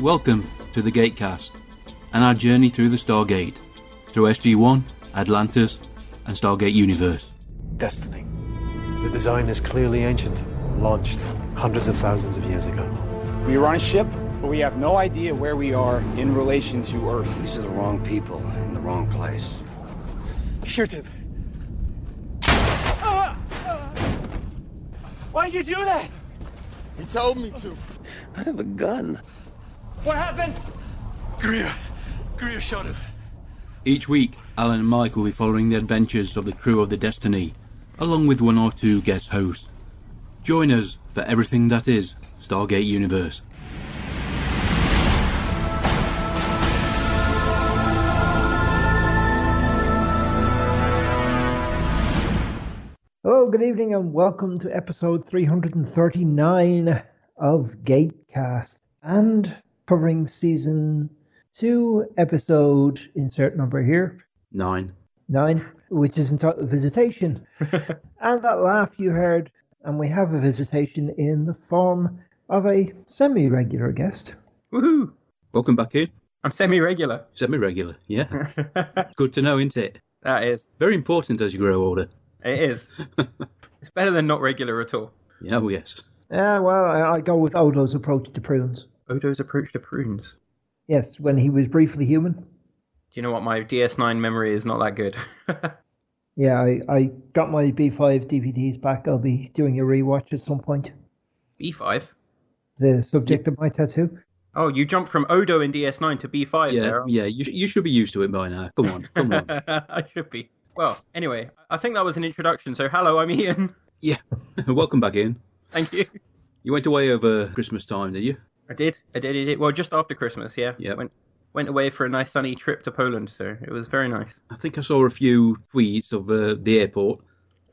Welcome to the Gatecast and our journey through the Stargate, through SG-1, Atlantis, and Stargate Universe. Destiny. The design is clearly ancient, launched hundreds of thousands of years ago. We are on a ship, but we have no idea where we are in relation to Earth. These are the wrong people in the wrong place. Shoot him. Why'd you do that? He told me to. I have a gun. What happened? Greer. Greer shot him. Each week, Alan and Mike will be following the adventures of the crew of the Destiny, along with one or two guest hosts. Join us for everything that is Stargate Universe. Hello, good evening, and welcome to episode 339 of Gatecast and covering season two, episode insert number here, Nine. nine, which is entitled Visitation. and that laugh you heard, and we have a visitation in the form of a semi regular guest. Woohoo! Welcome back in. I'm semi-regular. Semi-regular, yeah. It's good to know, isn't it? That is. Very important as you grow older. It is. it's better than not regular at all. Yeah, oh yes. Yeah, well, I, I go with Odo's approach to prunes. Odo's approach to prunes. Do Yes, when he was briefly human. you know what? My DS9 memory is not that good. Yeah, I, I got my B5 DVDs back. I'll be doing a rewatch at some point. B5? The subject of my tattoo. Oh, you jumped from Odo in DS9 to B5 Yeah, there. yeah. You, sh- you should be used to it by now. Come on, come on. I should be. Well, anyway, I think that was an introduction, so hello, I'm Ian. Yeah. Welcome back in. Thank you. You went away over Christmas time, did you? I did. I did. I did. Well, just after Christmas, yeah. Yep. Went, went away for a nice sunny trip to Poland, so it was very nice. I think I saw a few tweets of uh, the airport.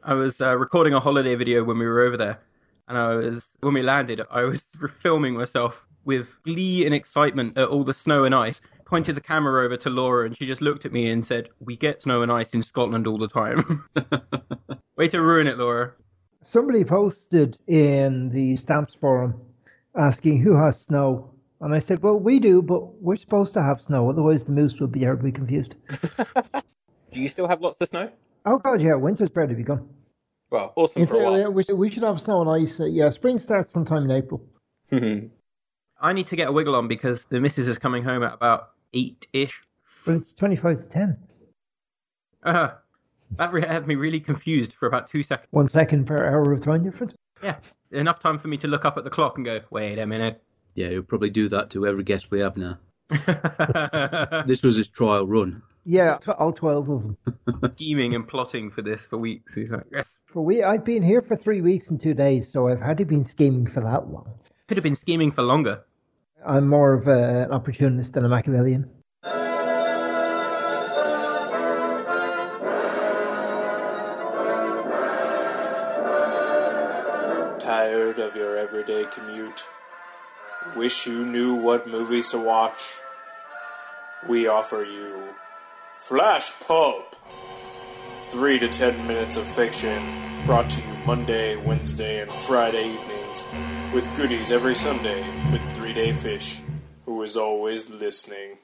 I was uh, recording a holiday video when we were over there, and I was when we landed, I was filming myself with glee and excitement at all the snow and ice. Pointed the camera over to Laura, and she just looked at me and said, "We get snow and ice in Scotland all the time." Way to ruin it, Laura. Somebody posted in the stamps forum asking who has snow. And I said, well, we do, but we're supposed to have snow. Otherwise, the moose would be terribly confused. Do you still have lots of snow? Oh, God, yeah, winter's barely begun. Well, awesome for a while. we, should, have snow and ice. Uh, yeah, spring starts sometime in April. Hmm. I need to get a wiggle on because the missus is coming home at about eight ish. But it's 25 to 10. Uh, that re- had me really confused for about two seconds. One second per hour of time difference. Yeah, enough time for me to look up at the clock and go, "Wait a minute." Yeah, he'll probably do that to every guest we have now. This was his trial run. Yeah, tw- all 12 of them. scheming and plotting for this for weeks. He's like, yes, For we, I've been here for three weeks and two days, so I've hardly been scheming for that long. could have been scheming for longer. I'm more of a, an opportunist than a Machiavellian. Tired of your everyday commute? Wish you knew what movies to watch? We offer you Flash Pulp! Three to ten minutes of fiction brought to you Monday, Wednesday, and Friday evenings, with goodies every Sunday with Three Day Fish, who is always listening.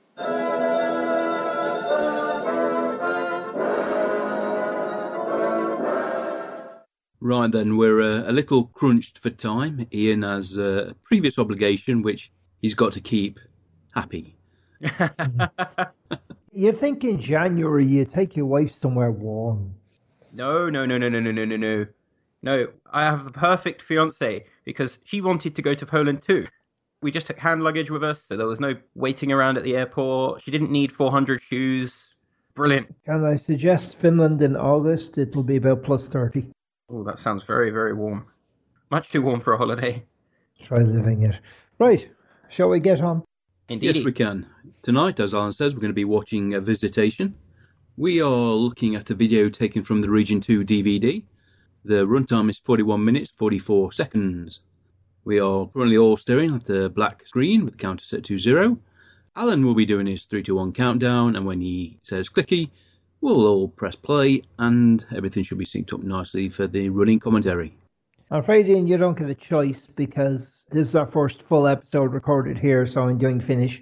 Right then, we're uh, a little crunched for time. Ian has uh, a previous obligation which he's got to keep happy. You think in January you take your wife somewhere warm? No, no, no, no, no, no, no, no, no. No, I have the perfect fiance because she wanted to go to Poland too. We just took hand luggage with us, so there was no waiting around at the airport. She didn't need 400 shoes. Brilliant. Can I suggest Finland in August? It'll be about plus 30. Oh, that sounds very, very warm. Much too warm for a holiday. Try living it. Right, shall we get on? Indeed. Yes, we can. Tonight, as Alan says, we're going to be watching a visitation. We are looking at a video taken from the Region 2 DVD. The runtime is 41 minutes 44 seconds. We are currently all staring at the black screen with the counter set to zero. Alan will be doing his 3 to 1 countdown, and when he says clicky, we'll all press play, and everything should be synced up nicely for the running commentary. I'm afraid, Ian, you don't get a choice because this is our first full episode recorded here, so I'm doing Finnish.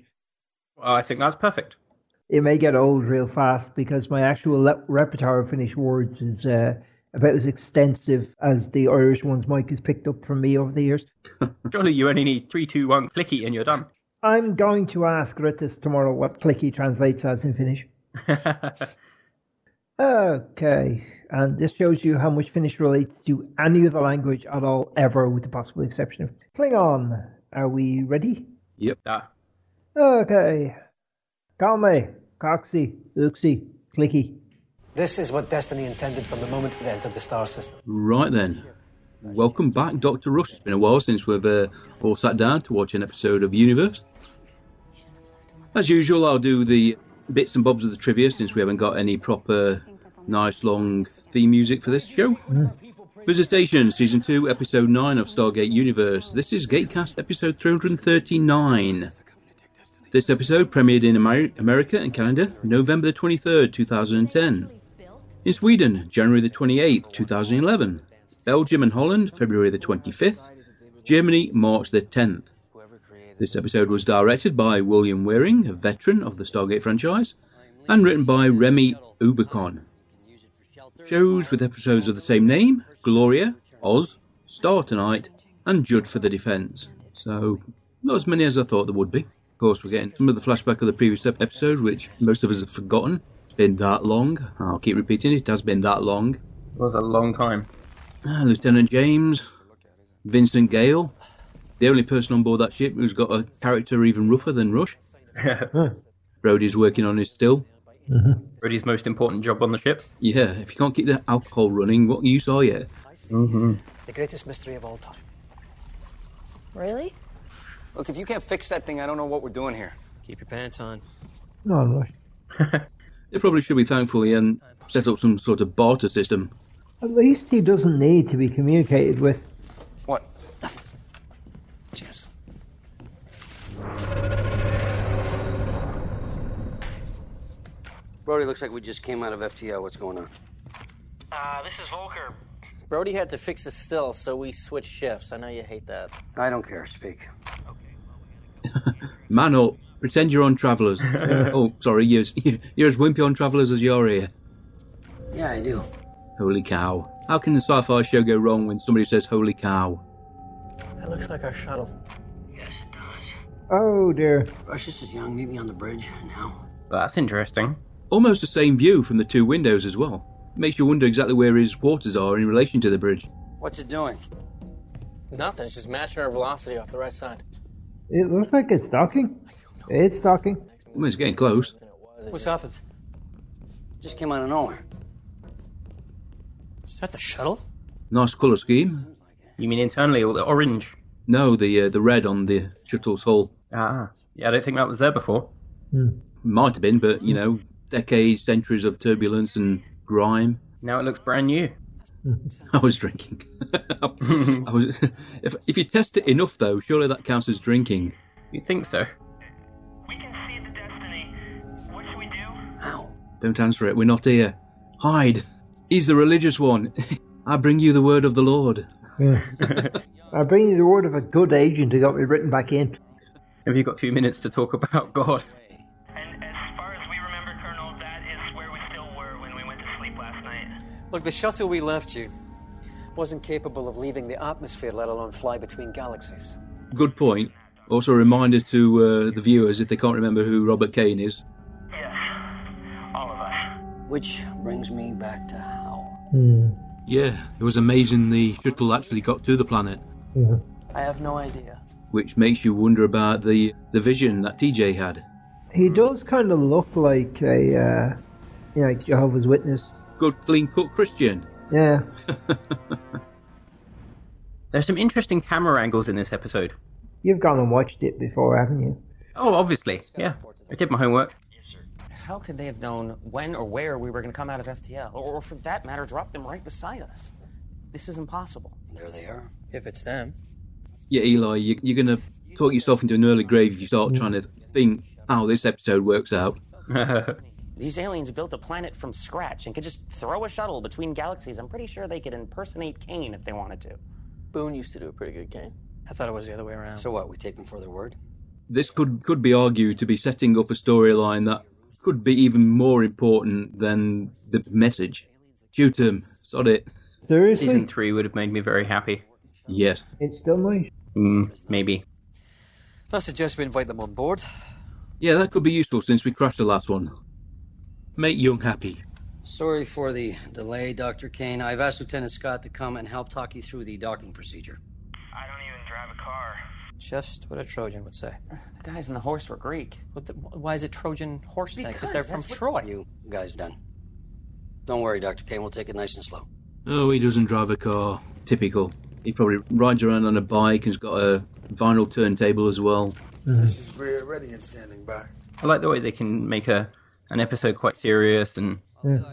Well, I think that's perfect. It may get old real fast because my actual le- repertoire of Finnish words is uh, about as extensive as the Irish ones Mike has picked up from me over the years. Surely you only need three, two, one clicky and you're done. I'm going to ask Ritis tomorrow what clicky translates as in Finnish. Okay, and this shows you how much Finnish relates to any other language at all, ever, with the possible exception of Klingon. Are we ready? Yep. Ah, Okay. Kalme, Coxy, Uxie, Clicky. This is what destiny intended from the moment it entered the star system. Right then. Welcome back, Dr. Rush. It's been a while since we've uh, all sat down to watch an episode of Universe. As usual, I'll do the bits and bobs of the trivia since we haven't got any proper, nice, long theme music for this show. Visitation, Season 2, Episode 9 of Stargate Universe. This is Gatecast Episode 339. This episode premiered in Ameri- America and Canada November the 23rd, 2010. In Sweden, January the 28th, 2011. Belgium and Holland, February the 25th. Germany, March the 10th. This episode was directed by William Waring, a veteran of the Stargate franchise, and written by Remy Ubicon. Shows with episodes of the same name Gloria, Oz, Star Tonight, and Judge for the Defense. So, not as many as I thought there would be. Of course, we're getting some of the flashback of the previous ep- episode, which most of us have forgotten. It's been that long. I'll keep repeating it, it has been that long. it was a long time. Ah, Lieutenant James, Vincent Gale, the only person on board that ship who's got a character even rougher than Rush. Brody's working on his still. Rudy's most important job on the ship. Yeah, if you can't keep the alcohol running, what use are you? The greatest mystery of all time. Really? Look, if you can't fix that thing, I don't know what we're doing here. Keep your pants on. No, I'm right. They probably should be thankful he um, set up some sort of barter system. At least he doesn't need to be communicated with. What? Nothing. Cheers. Brody, looks like we just came out of FTO. What's going on? Uh, this is Volker. Brody had to fix his still, so we switched shifts. I know you hate that. I don't care. Speak. Man up, pretend you're on Travellers. oh, sorry, you're, as- you're as wimpy on Travellers as you are here. Yeah, I do. Holy cow. How can the sci fi show go wrong when somebody says holy cow? That looks like our shuttle. Oh dear. Rush, this is young. Meet me on the bridge now. That's interesting. Almost the same view from the two windows as well. Makes you wonder exactly where his quarters are in relation to the bridge. What's it doing? Nothing. It's just matching our velocity off the right side. It looks like it's docking. It's docking. Well, it's getting close. What's happened? Just came out of nowhere. Is that the shuttle? Nice colour scheme. You mean internally, all the orange? No, the uh, the red on the shuttle's hull Ah, yeah, I don't think that was there before. might have been, but Hmm. you know, decades, centuries of turbulence and grime. Now it looks brand new. I was drinking. I was, if, if you test it enough, though, surely that counts as drinking. You'd think so. We can see the Destiny. What should we do? Don't answer it. We're not here. Hide. He's the religious one. I bring you the word of the Lord. I bring you the word of a good agent who got me written back in. Have you got two minutes to talk about God? And as far as we remember, Colonel, that is where we still were when we went to sleep last night. Look, the shuttle we left you wasn't capable of leaving the atmosphere, let alone fly between galaxies. Good point. Also, a reminder to uh, the viewers if they can't remember who Robert Kane is. Yes. All of us. Which brings me back to how. Hmm. Yeah, it was amazing the shuttle actually got to the planet, I have no idea. which makes you wonder about the, the vision that TJ had. He does kind of look like a, uh, you know, like Jehovah's Witness. Good, clean cut Christian. Yeah. There's some interesting camera angles in this episode. You've gone and watched it before, haven't you? Oh, obviously, yeah. I did my homework. How could they have known when or where we were going to come out of FTL? Or, or for that matter, drop them right beside us? This is impossible. There they are. If it's them. Yeah, Eli, you, you're going to talk yourself into an early grave if you start trying to think how this episode works out. These aliens built a planet from scratch and could just throw a shuttle between galaxies. I'm pretty sure they could impersonate Kane if they wanted to. Boone used to do a pretty good game. I thought it was the other way around. So what? We take them for their word? This could could be argued to be setting up a storyline that could be even more important than the message. Shoot 'em, sod it. Seriously? Season three would have made me very happy. Yes. It's still nice. Mm, maybe. I suggest we invite them on board. Yeah, that could be useful since we crashed the last one. Make Young happy. Sorry for the delay, Dr. Kane. I've asked Lieutenant Scott to come and help talk you through the docking procedure. I don't even drive a car. Just what a Trojan would say. The guys in the horse were Greek. What the, why is it Trojan horse thing? Because they're from that's what Troy. You guys done. Don't worry, Dr. Kane. We'll take it nice and slow. Oh, he doesn't drive a car. Typical. He probably rides around on a bike and's got a vinyl turntable as well. This is Greer ready and standing by. I like the way they can make a an episode quite serious and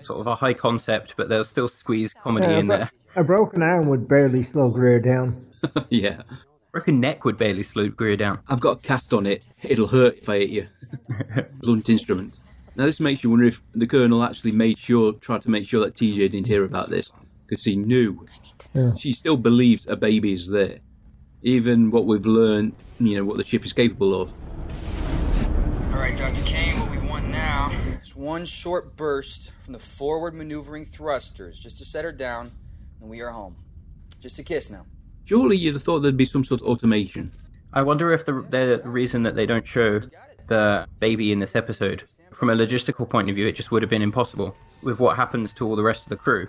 sort of a high concept, but they'll still squeeze comedy Yeah, in but there. Uh, A broken arm would barely slow Greer down. yeah. Broken neck would barely slow Greer down. I've got a cast on it. It'll hurt if I hit you. Blunt instrument. Now this makes you wonder if the colonel actually made sure, tried to make sure that TJ didn't hear about this, because he knew. She still believes a baby is there, even what we've learned. You know what the ship is capable of. All right, Dr. Kane, what we want now? Just one short burst from the forward maneuvering thrusters just to set her down, and we are home. Just a kiss now. Surely you'd have thought there'd be some sort of automation. I wonder if the, the reason that they don't show the baby in this episode, from a logistical point of view, it just would have been impossible with what happens to all the rest of the crew.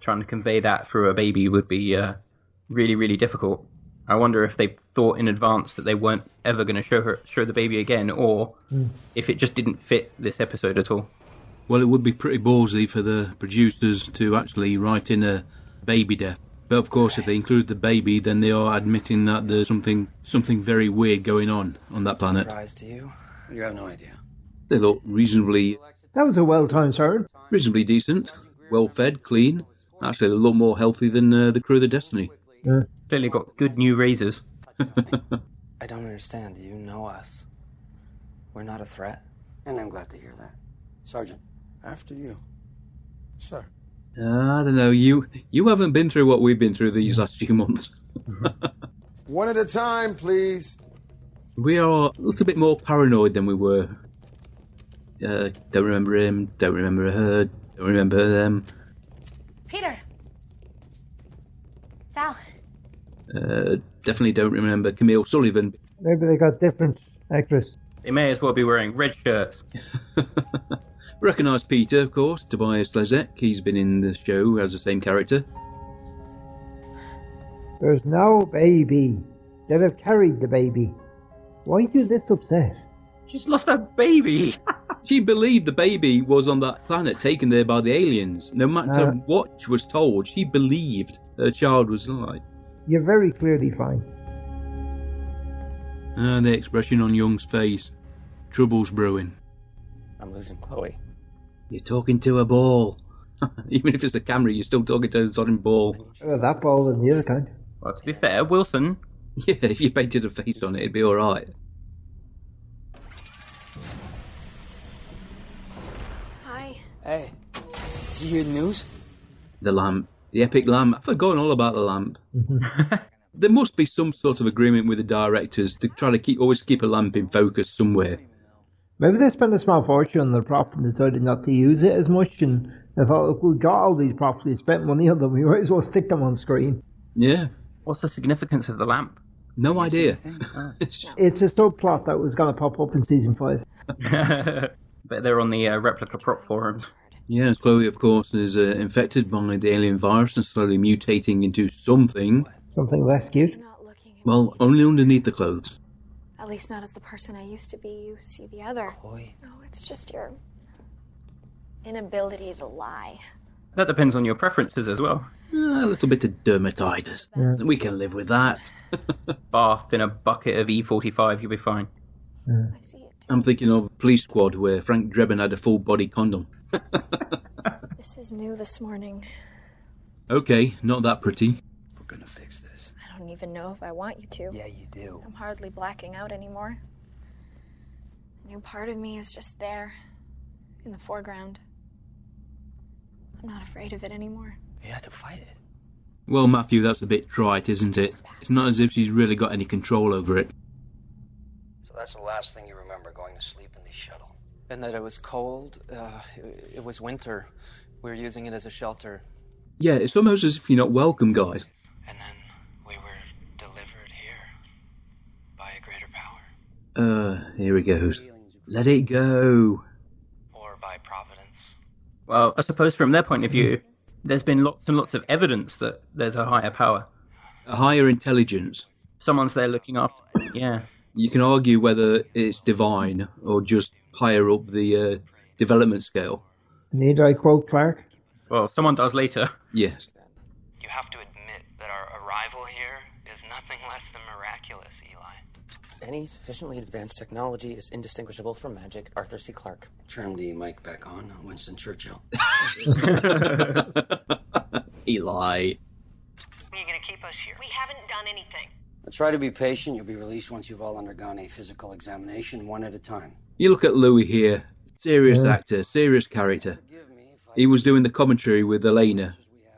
Trying to convey that through a baby would be uh, really, really difficult. I wonder if they thought in advance that they weren't ever going to show her show the baby again, or if it just didn't fit this episode at all. Well, it would be pretty ballsy for the producers to actually write in a baby death. But of course, if they include the baby, then they are admitting that there's something something very weird going on on that planet. Surprise to you? You have no idea. They look reasonably That was a well timed sword. reasonably decent, well fed, clean. Actually, they look more healthy than uh, the crew of the Destiny. Yeah. Clearly got good new razors. I don't understand. You know us. We're not a threat. And I'm glad to hear that. Sergeant. After you. Sir. Ah, I don't know. You you haven't been through what we've been through these last few months. One at a time, please. We are a little bit more paranoid than we were. Uh, don't remember him. Don't remember her. Don't remember them. Peter. Val. Uh, definitely don't remember Camille Sullivan. Maybe they got different actress. They may as well be wearing red shirts. Recognise Peter, of course. Tobias Lezek. He's been in the show as the same character. There's no baby. They'd have carried the baby. Why are you this upset? She's lost her baby. She believed the baby was on that planet taken there by the aliens. No matter Uh. what she was told, she believed her child was alive. You're very clearly fine. And the expression on Young's face trouble's brewing. I'm losing Chloe. You're talking to a ball. Even if it's a camera, you're still talking to a sodding ball. Uh, that ball and the other kind. Well, to be fair, Wilson. Yeah, if you painted a face on it, it'd be alright. Hi. Hey, did you hear the news? The lamp. The epic lamp. I've forgotten all about the lamp. there must be some sort of agreement with the directors to try to keep always keep a lamp in focus somewhere. Maybe they spent a small fortune on the prop and decided not to use it as much. And they thought, look, we got all these props, we spent money on them, we might as well stick them on screen. Yeah. What's the significance of the lamp? No idea. It's a subplot that was going to pop up in season five. but they're on the uh, replica prop forums. Yeah, and Chloe, of course, is uh, infected by the alien virus and slowly mutating into something. Something less cute. Well, only underneath the clothes. At least not as the person I used to be. You see the other. Chloe. No, it's just your inability to lie. That depends on your preferences as well. Ah, a Mm. little bit of dermatitis. Yeah. We can live with that. Bath in a bucket of E45, you'll be fine. I'm thinking of Police Squad, where Frank Drebin had a full body condom. This is new this morning. Okay, not that pretty. We're gonna fix this. I don't even know if I want you to. Yeah, you do. I'm hardly blacking out anymore. A new part of me is just there, in the foreground. I'm not afraid of it anymore. You have to fight it. Well, Matthew, that's a bit trite, isn't it? It's not as if she's really got any control over it. So that's the last thing you remember going to sleep in the shuttle. And that it was cold. Uh, it, it was winter. We were using it as a shelter. Yeah, it's almost as if you're not welcome, guys. Uh, here he goes. Let it go. Well, I suppose from their point of view, there's been lots and lots of evidence that there's a higher power, a higher intelligence. Someone's there looking after. Yeah. You can argue whether it's divine or just higher up the uh, development scale. Need I quote Clark? Well, someone does later. Yes. You have to admit that our arrival here is nothing less than miraculous, Eli. Any sufficiently advanced technology is indistinguishable from magic. Arthur C. Clarke. Turn the mic back on. Winston Churchill. Eli. You're gonna keep us here. We haven't done anything. Try to be patient. You'll be released once you've all undergone a physical examination, one at a time. You look at Louis here. Serious actor, serious character. He was doing the commentary with Elena,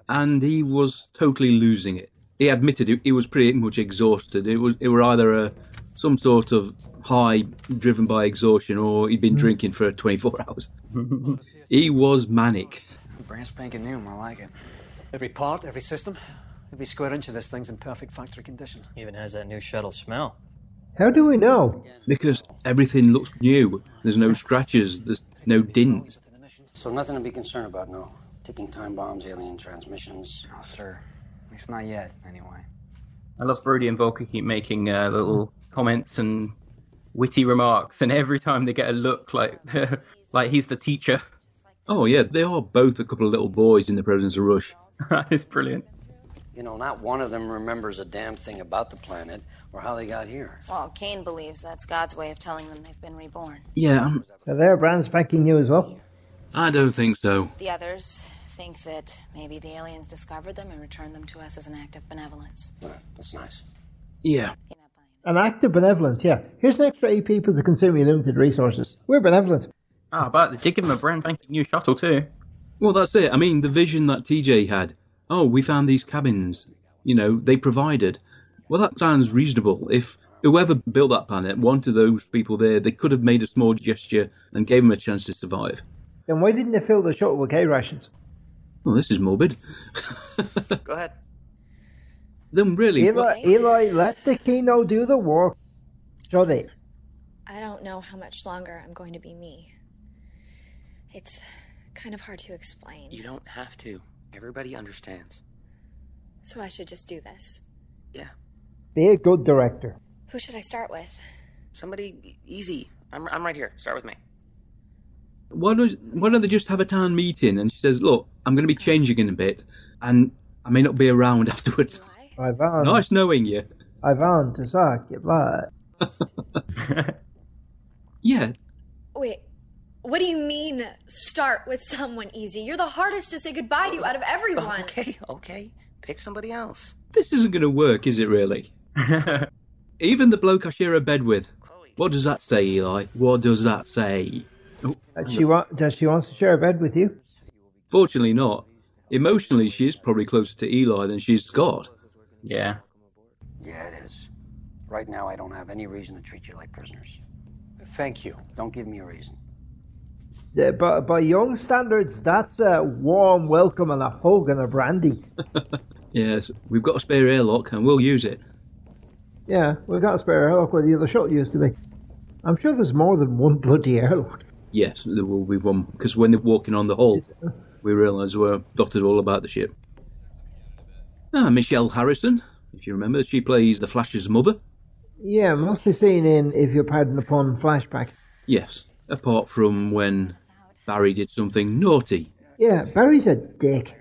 and he was totally losing it. He admitted he- he was pretty much exhausted. It was it were either a some sort of high driven by exhaustion, or he'd Mm. been drinking for 24 hours. he was manic. Brand spanking new. I like it. Every part, every system, every square inch of this thing's in perfect factory condition. Even has that new shuttle smell. How do we know? Because everything looks new. There's no scratches. There's no dint. So nothing to be concerned about, no. Ticking time bombs, alien transmissions. No, sir. At least not yet, anyway. I love Brody and Volker keep making uh, little comments and witty remarks, and every time they get a look like like he's the teacher. Oh yeah, they are both a couple of little boys in the presence of Rush. it's brilliant. You know, not one of them remembers a damn thing about the planet or how they got here. Well, Cain believes that's God's way of telling them they've been reborn. Yeah, I'm- So they're brand spanking new as well. I don't think so. The others think that maybe the aliens discovered them and returned them to us as an act of benevolence. That's nice. Yeah. An act of benevolence, yeah. Here's an extra eight people to consume your limited resources. We're benevolent. Ah, but they did give him a brand spanking new shuttle too. Well, that's it. I mean, the vision that TJ had. Oh, we found these cabins. You know, they provided. Well, that sounds reasonable. If whoever built that planet wanted those people there, they could have made a small gesture and gave them a chance to survive. Then why didn't they fill the shuttle with K rations? Well, this is morbid. Go ahead. Then really, Eli, Eli, let the Kino do the work. Should they? I don't know how much longer I'm going to be me. It's kind of hard to explain, You don't have to. Everybody understands. so I should just do this. Be a good director. Who should I start with? Somebody e- easy. I'm, I'm right here. Start with me. why don't why don't they just have a town meeting? And she says, "Look, I'm going to be changing in a bit, and I may not be around afterwards." Ivan. Nice knowing you. Ivan to suck your blood. yeah, Wait, what do you mean start with someone easy? You're the hardest to say goodbye to out of everyone. Okay, okay. Pick somebody else. this isn't going to work, is it? Really? Even the bloke I share a bed with. What does that say, Eli? What does that say? Does she, want, does she wants to share a bed with you? Fortunately, not. Emotionally, she is probably closer to Eli than she is Scott. Yeah. Yeah, it is. Right now, I don't have any reason to treat you like prisoners. Thank you. Don't give me a reason. Yeah, by, by young standards, that's a warm welcome and a hug and a brandy. Yes, we've got a spare airlock and we'll use it. Yeah, we've got a spare airlock where the other shuttle used to be. I'm sure there's more than one bloody airlock. Yes, there will be one because when they're walking on the hull, we realise we're dotted all about the ship. Ah, Michelle Harrison, if you remember, she plays the Flash's mother. Yeah, mostly seen in, if you're pardon the pun, flashback. Yes, apart from when Barry did something naughty. Yeah, Barry's a dick.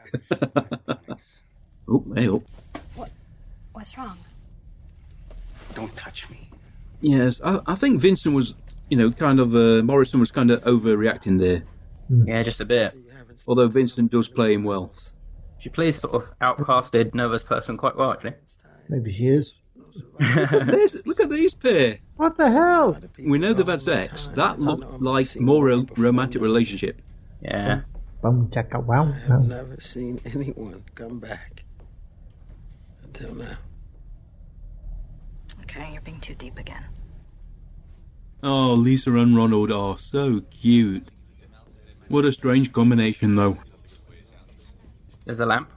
Oh, hey, oh. What's wrong? Don't touch me. Yes, I, I think Vincent was, you know, kind of, uh, Morrison was kind of overreacting there. Yeah, just a bit. Although Vincent does play him well. She plays sort of outcasted, nervous person quite well, actually. Maybe she is. look, at this, look at these pair. What the hell? We know they've had sex. That looked like more a romantic relationship. Yeah. Boom, check out. Wow. Never seen anyone come back Still there. Okay, you're being too deep again. Oh, Lisa and Ronald are so cute. What a strange combination, though. There's a lamp.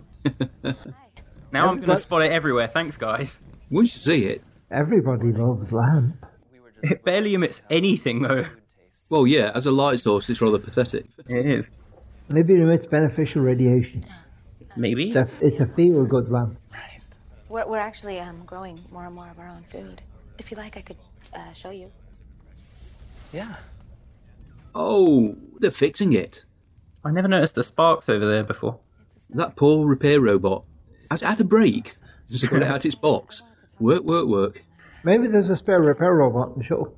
Now I'm going to Everybody- spot it everywhere. Thanks, guys. Once you see it. Everybody loves lamp. It barely emits anything, though. Well, yeah, as a light source, it's rather pathetic. It is. Maybe it emits beneficial radiation. Maybe. It's a, it's a feel good lamp. We're, we're actually um, growing more and more of our own food. If you like, I could uh, show you. Yeah. Oh, they're fixing it. I never noticed the sparks over there before. That poor repair robot has had a break. Just got it out its box. Work, work, work. Maybe there's a spare repair robot in the shuttle.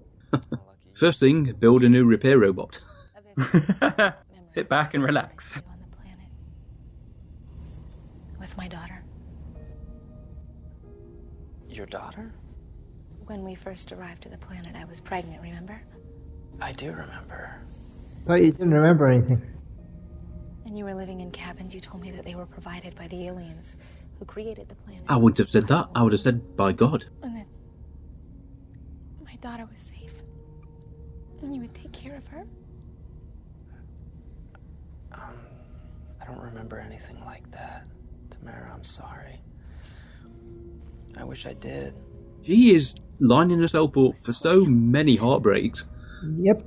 First thing, build a new repair robot. Sit back and relax. With my daughter. Your daughter? When we first arrived to the planet, I was pregnant, remember? I do remember. But you didn't remember anything. And you were living in cabins you told me that they were provided by the aliens who created the planet. I wouldn't have said that. I would have said, by God. And that my daughter was safe. And you would take care of her. Um, I don't remember anything like that. Tamara, I'm sorry. I wish I did. She is lining herself up for so many heartbreaks. Yep.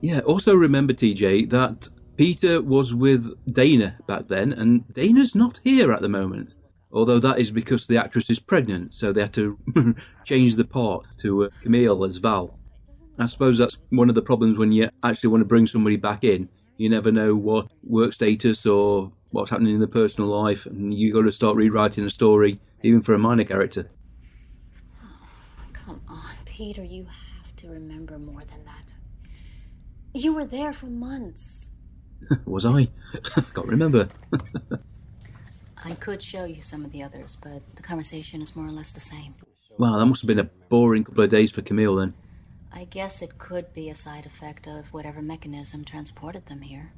Yeah, also remember, TJ, that Peter was with Dana back then, and Dana's not here at the moment. Although that is because the actress is pregnant, so they had to change the part to uh, Camille as Val. I suppose that's one of the problems when you actually want to bring somebody back in. You never know what work status or what's happening in their personal life, and you got to start rewriting a story, even for a minor character. Come on, Peter, you have to remember more than that. You were there for months. was I? Can't remember. I could show you some of the others, but the conversation is more or less the same. Wow, that must have been a boring couple of days for Camille then. I guess it could be a side effect of whatever mechanism transported them here.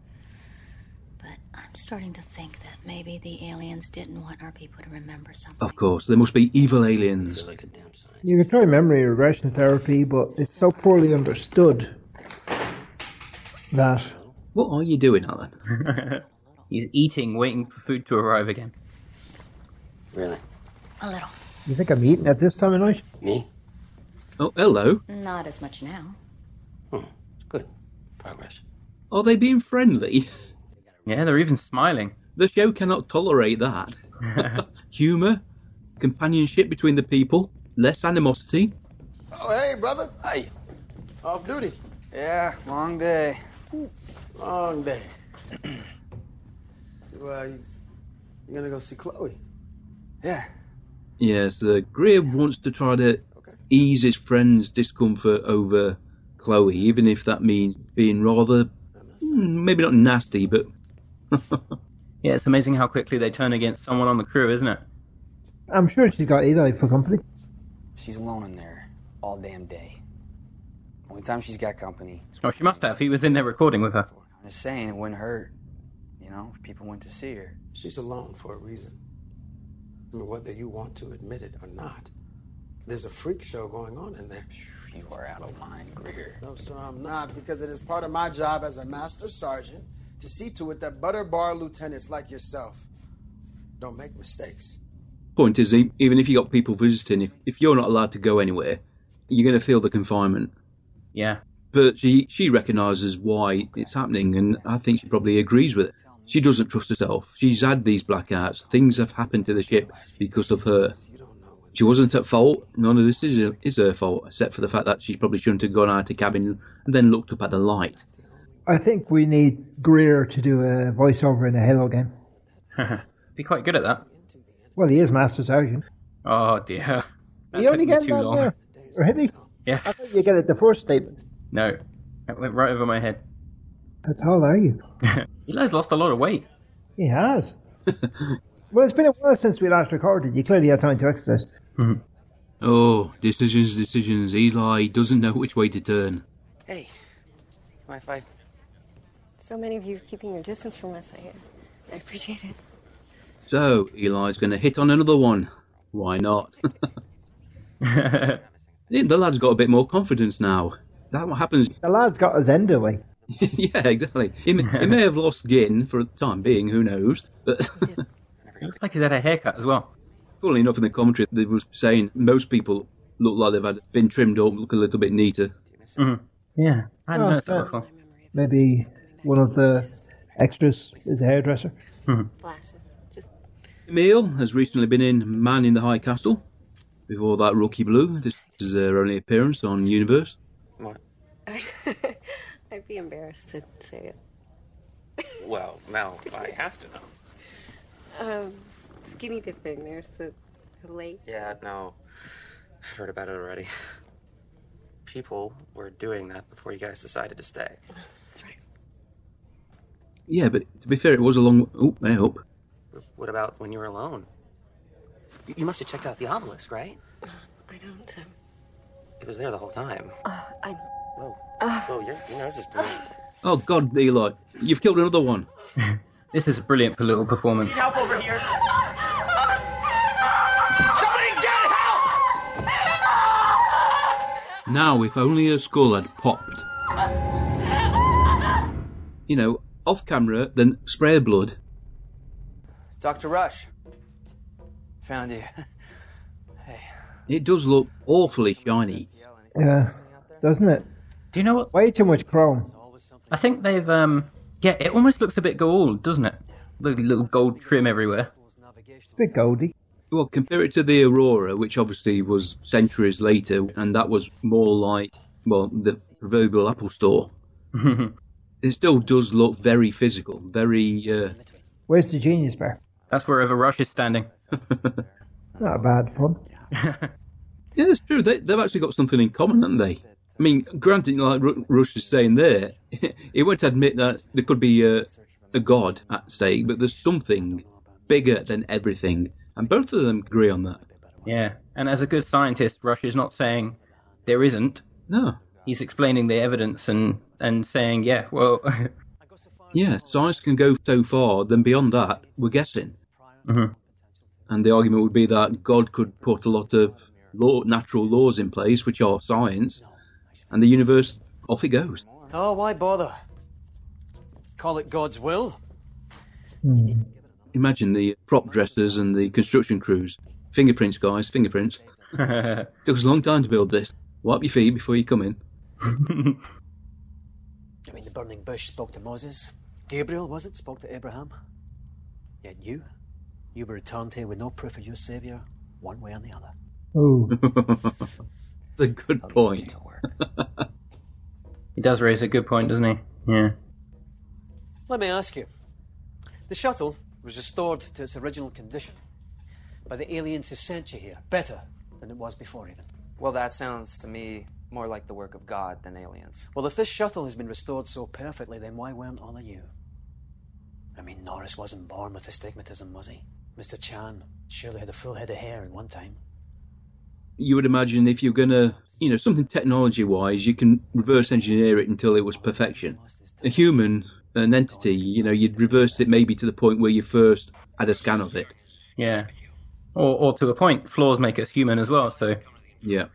But I'm starting to think that maybe the aliens didn't want our people to remember something. Of course, there must be evil aliens. You could try memory regression therapy, but it's so poorly understood that What are you doing, Alan? He's eating, waiting for food to arrive again. Really? A little. you think I'm eating at this time of night? Me? Oh, hello. Not as much now. Good. Progress. Are they being friendly? Yeah, they're even smiling. The show cannot tolerate that. Humour, companionship between the people, less animosity. Oh, hey, brother. Hey. Off duty. Yeah, long day. Long day. well, you, you're gonna go see Chloe. Yeah. Yes, uh, Greer wants to try to ease his friend's discomfort over Chloe, even if that means being rather, mm, maybe not nasty, but Yeah, it's amazing how quickly they turn against someone on the crew, isn't it? I'm sure she's got Eli for company. She's alone in there all damn day. Only time she's got company. Oh, she must have. He was in there recording with her. I'm just saying, it wouldn't hurt. You know, if people went to see her. She's alone for a reason. I mean, whether you want to admit it or not, there's a freak show going on in there. You are out of line, Greer. No, sir, I'm not, because it is part of my job as a master sergeant to see to it that butter bar lieutenants like yourself don't make mistakes. point is, e- even if you got people visiting, if, if you're not allowed to go anywhere, you're going to feel the confinement. Yeah. But she she recognises why it's happening, and I think she probably agrees with it. She doesn't trust herself. She's had these blackouts. Things have happened to the ship because of her. She wasn't at fault. None of this is is her fault, except for the fact that she probably shouldn't have gone out of cabin and then looked up at the light. I think we need Greer to do a voiceover in a Halo game. Be quite good at that. Well, he is Master Sergeant. Oh dear. That you only took me get too that long. there. Really? I Yeah. thought you get it the first statement. No. That went right over my head. How tall are you? Eli's lost a lot of weight. He has. well, it's been a while since we last recorded. You clearly had time to exercise. Oh, decisions, decisions. Eli doesn't know which way to turn. Hey, my five. So many of you keeping your distance from us. I, I appreciate it. So Eli's going to hit on another one. Why not? the lad's got a bit more confidence now. That what happens. The lad's got his end away. yeah, exactly. He, may- he may have lost gin for the time being. Who knows? But Looks like he's had a haircut as well. Funnily enough, in the commentary, they was saying most people look like they've had been trimmed up, look a little bit neater. Mm-hmm. Yeah, Oh, I hadn't noticed that before. Maybe one of the extras is a hairdresser. Flashes. Just Emil has recently been in Man in the High Castle. Before that, Rookie Blue. This is uh, her only appearance on Universe. I'd be embarrassed to say it. Well, now I have to know. Um, skinny dipping. There's the the lake. Yeah, no. I've heard about it already. People were doing that before you guys decided to stay. Yeah, but to be fair, it was a long. Oh, I hope. What about when you were alone? You- You must have checked out the obelisk, right? Uh, I don't. Um, It was there the whole time. uh, I. Whoa. Uh, Whoa, your, your nose is blue. Oh God, Eli, you've killed another one. this is a brilliant political performance. Help over here! Somebody get help! Now, if only her skull had popped. You know, off camera, then spray her blood. Dr. Rush. Found you. It does look awfully shiny. Yeah, doesn't it? Do you know what? Way too much chrome. I think they've um yeah, it almost looks a bit gold, doesn't it? The little gold trim everywhere. It's a bit goldy. Well, compare it to the Aurora, which obviously was centuries later, and that was more like, well, the proverbial Apple store. It still does look very physical, very. Uh, Where's the genius bar? That's wherever Rush is standing. Not a bad pun. yeah, it's true. They, they've actually got something in common, haven't they? I mean, granted, like Ru- Rush is saying there, he won't admit that there could be a, a god at stake, but there's something bigger than everything, and both of them agree on that. Yeah. And as a good scientist, Rush is not saying there isn't. No. He's explaining the evidence and and saying, yeah, well, Yeah, science can go so far, then beyond that, we're guessing. Mhm. And the argument would be that God could put a lot of law, natural laws in place, which are science, and the universe, off it goes. Oh, why bother? Call it God's will. Imagine the prop dressers and the construction crews. Fingerprints, guys, fingerprints. Took us a long time to build this. Wipe your feet before you come in. I mean, the burning bush spoke to Moses. Gabriel, was it, spoke to Abraham? Yet you, you were returned here with no proof of your saviour, one way or the other. Oh. That's a good point. he does raise a good point, doesn't he? Yeah. Let me ask you. The shuttle was restored to its original condition by the aliens who sent you here, better than it was before, even. Well, that sounds to me more like the work of God than aliens. Well, if this shuttle has been restored so perfectly, then why weren't all of you? I mean, Norris wasn't born with astigmatism, was he? Mr. Chan surely had a full head of hair in one time. You would imagine if you're going to, you know, something technology wise, you can reverse engineer it until it was perfection. A human, an entity, you know, you'd reverse it maybe to the point where you first had a scan of it. Yeah. Or, or to a point, flaws make us human as well. So Yeah.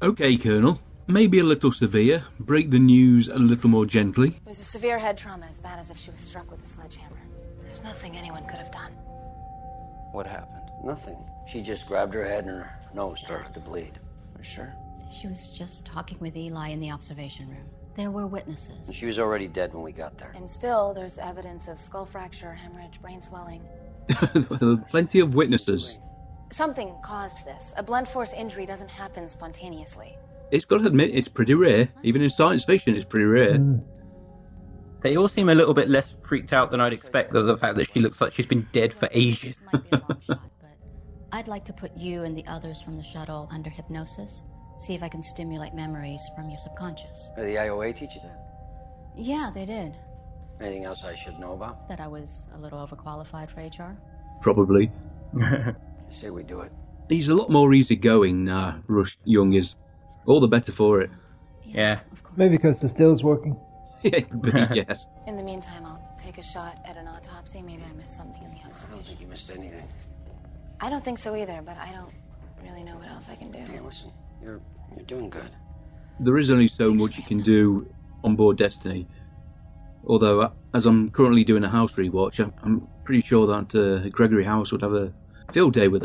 Okay, Colonel. Maybe a little severe. Break the news a little more gently. It was a severe head trauma, as bad as if she was struck with a sledgehammer. There's nothing anyone could have done. What happened? Nothing. She just grabbed her head and her nose started to bleed. Are sure? She was just talking with Eli in the observation room. There were witnesses. She was already dead when we got there. And still, there's evidence of skull fracture, hemorrhage, brain swelling. Plenty of witnesses. Something caused this. A blunt force injury doesn't happen spontaneously. It's got to admit, it's pretty rare. Even in science fiction, it's pretty rare. they all seem a little bit less freaked out than I'd expect. Of the fact that she looks like she's been dead for ages. I'd like to put you and the others from the shuttle under hypnosis. See if I can stimulate memories from your subconscious. Did the IOA teach you that? Yeah, they did. Anything else I should know about? That I was a little overqualified for HR. Probably. I say we do it. He's a lot more easygoing now, Rush Young is. All the better for it. Yeah. Maybe because the still's working. yes. In the meantime, I'll take a shot at an autopsy. Maybe I missed something in the I don't think you missed anything. I don't think so either, but I don't really know what else I can do. Hey, listen, you're you're doing good. There is only so much you can do on board Destiny. Although, uh, as I'm currently doing a house rewatch, I'm, I'm pretty sure that uh, Gregory House would have a field day with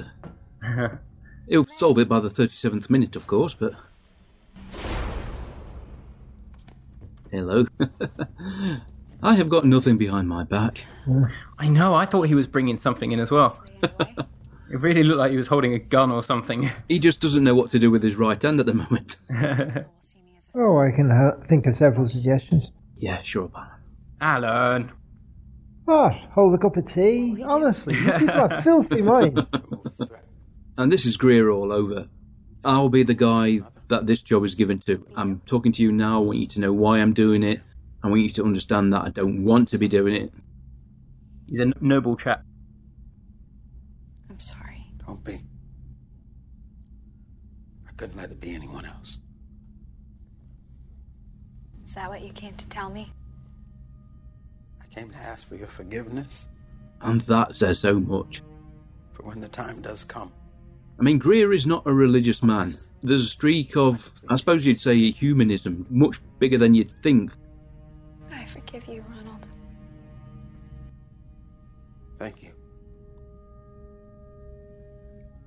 her. He'll solve it by the 37th minute, of course, but. Hello. I have got nothing behind my back. I know. I thought he was bringing something in as well. it really looked like he was holding a gun or something. He just doesn't know what to do with his right hand at the moment. Oh, I can ha- think of several suggestions. yeah, sure, pal. Alan. What? Hold a cup of tea? Honestly, you people are filthy minds. And this is Greer all over. I'll be the guy that this job is given to. I'm talking to you now. I want you to know why I'm doing it. I want you to understand that I don't want to be doing it. He's a n- noble chap. I'm sorry. Don't be. I couldn't let it be anyone else. Is that what you came to tell me? I came to ask for your forgiveness And that says so much. for when the time does come. I mean, Greer is not a religious man. There's a streak of, I suppose you'd say, humanism, much bigger than you'd think. I forgive you, Ronald. Thank you.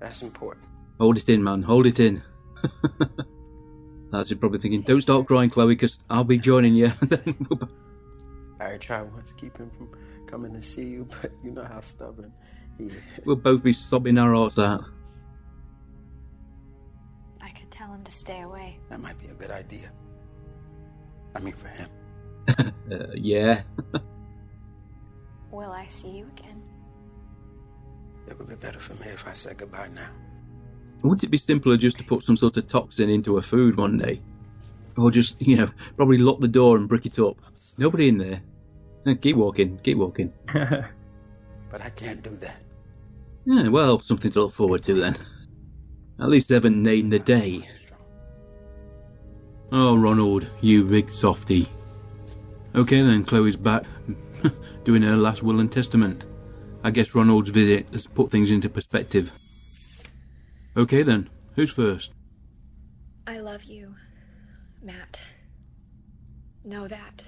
That's important. Hold it in, man, hold it in. That's it, probably thinking, don't start crying, Chloe, because I'll be joining you. I tried once to keep him from coming to see you, but you know how stubborn he is. we'll both be sobbing our hearts out. I could tell him to stay away. That might be a good idea. I mean, for him. Uh, yeah. Will I see you again? It would be better for me if I said goodbye now. Wouldn't it be simpler just to put some sort of toxin into a food one day? Or just, you know, probably lock the door and brick it up. Nobody in there. Keep walking, keep walking. But I can't do that. Yeah, well, something to look forward to then. At least they haven't named the day. Oh, Ronald, you big softy. Okay then, Chloe's back, doing her last will and testament. I guess Ronald's visit has put things into perspective. Okay then, who's first? I love you, Matt. Know that.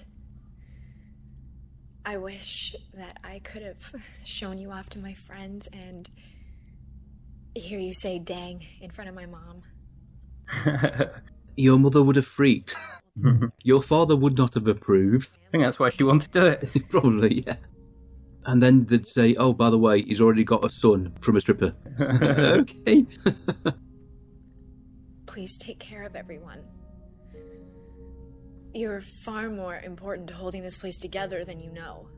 I wish that I could have shown you off to my friends and hear you say dang in front of my mom. Your mother would have freaked. Your father would not have approved. I think that's why she wanted to do it. Probably, yeah. And then they'd say, oh, by the way, he's already got a son from a stripper. okay. Please take care of everyone. You're far more important to holding this place together than you know.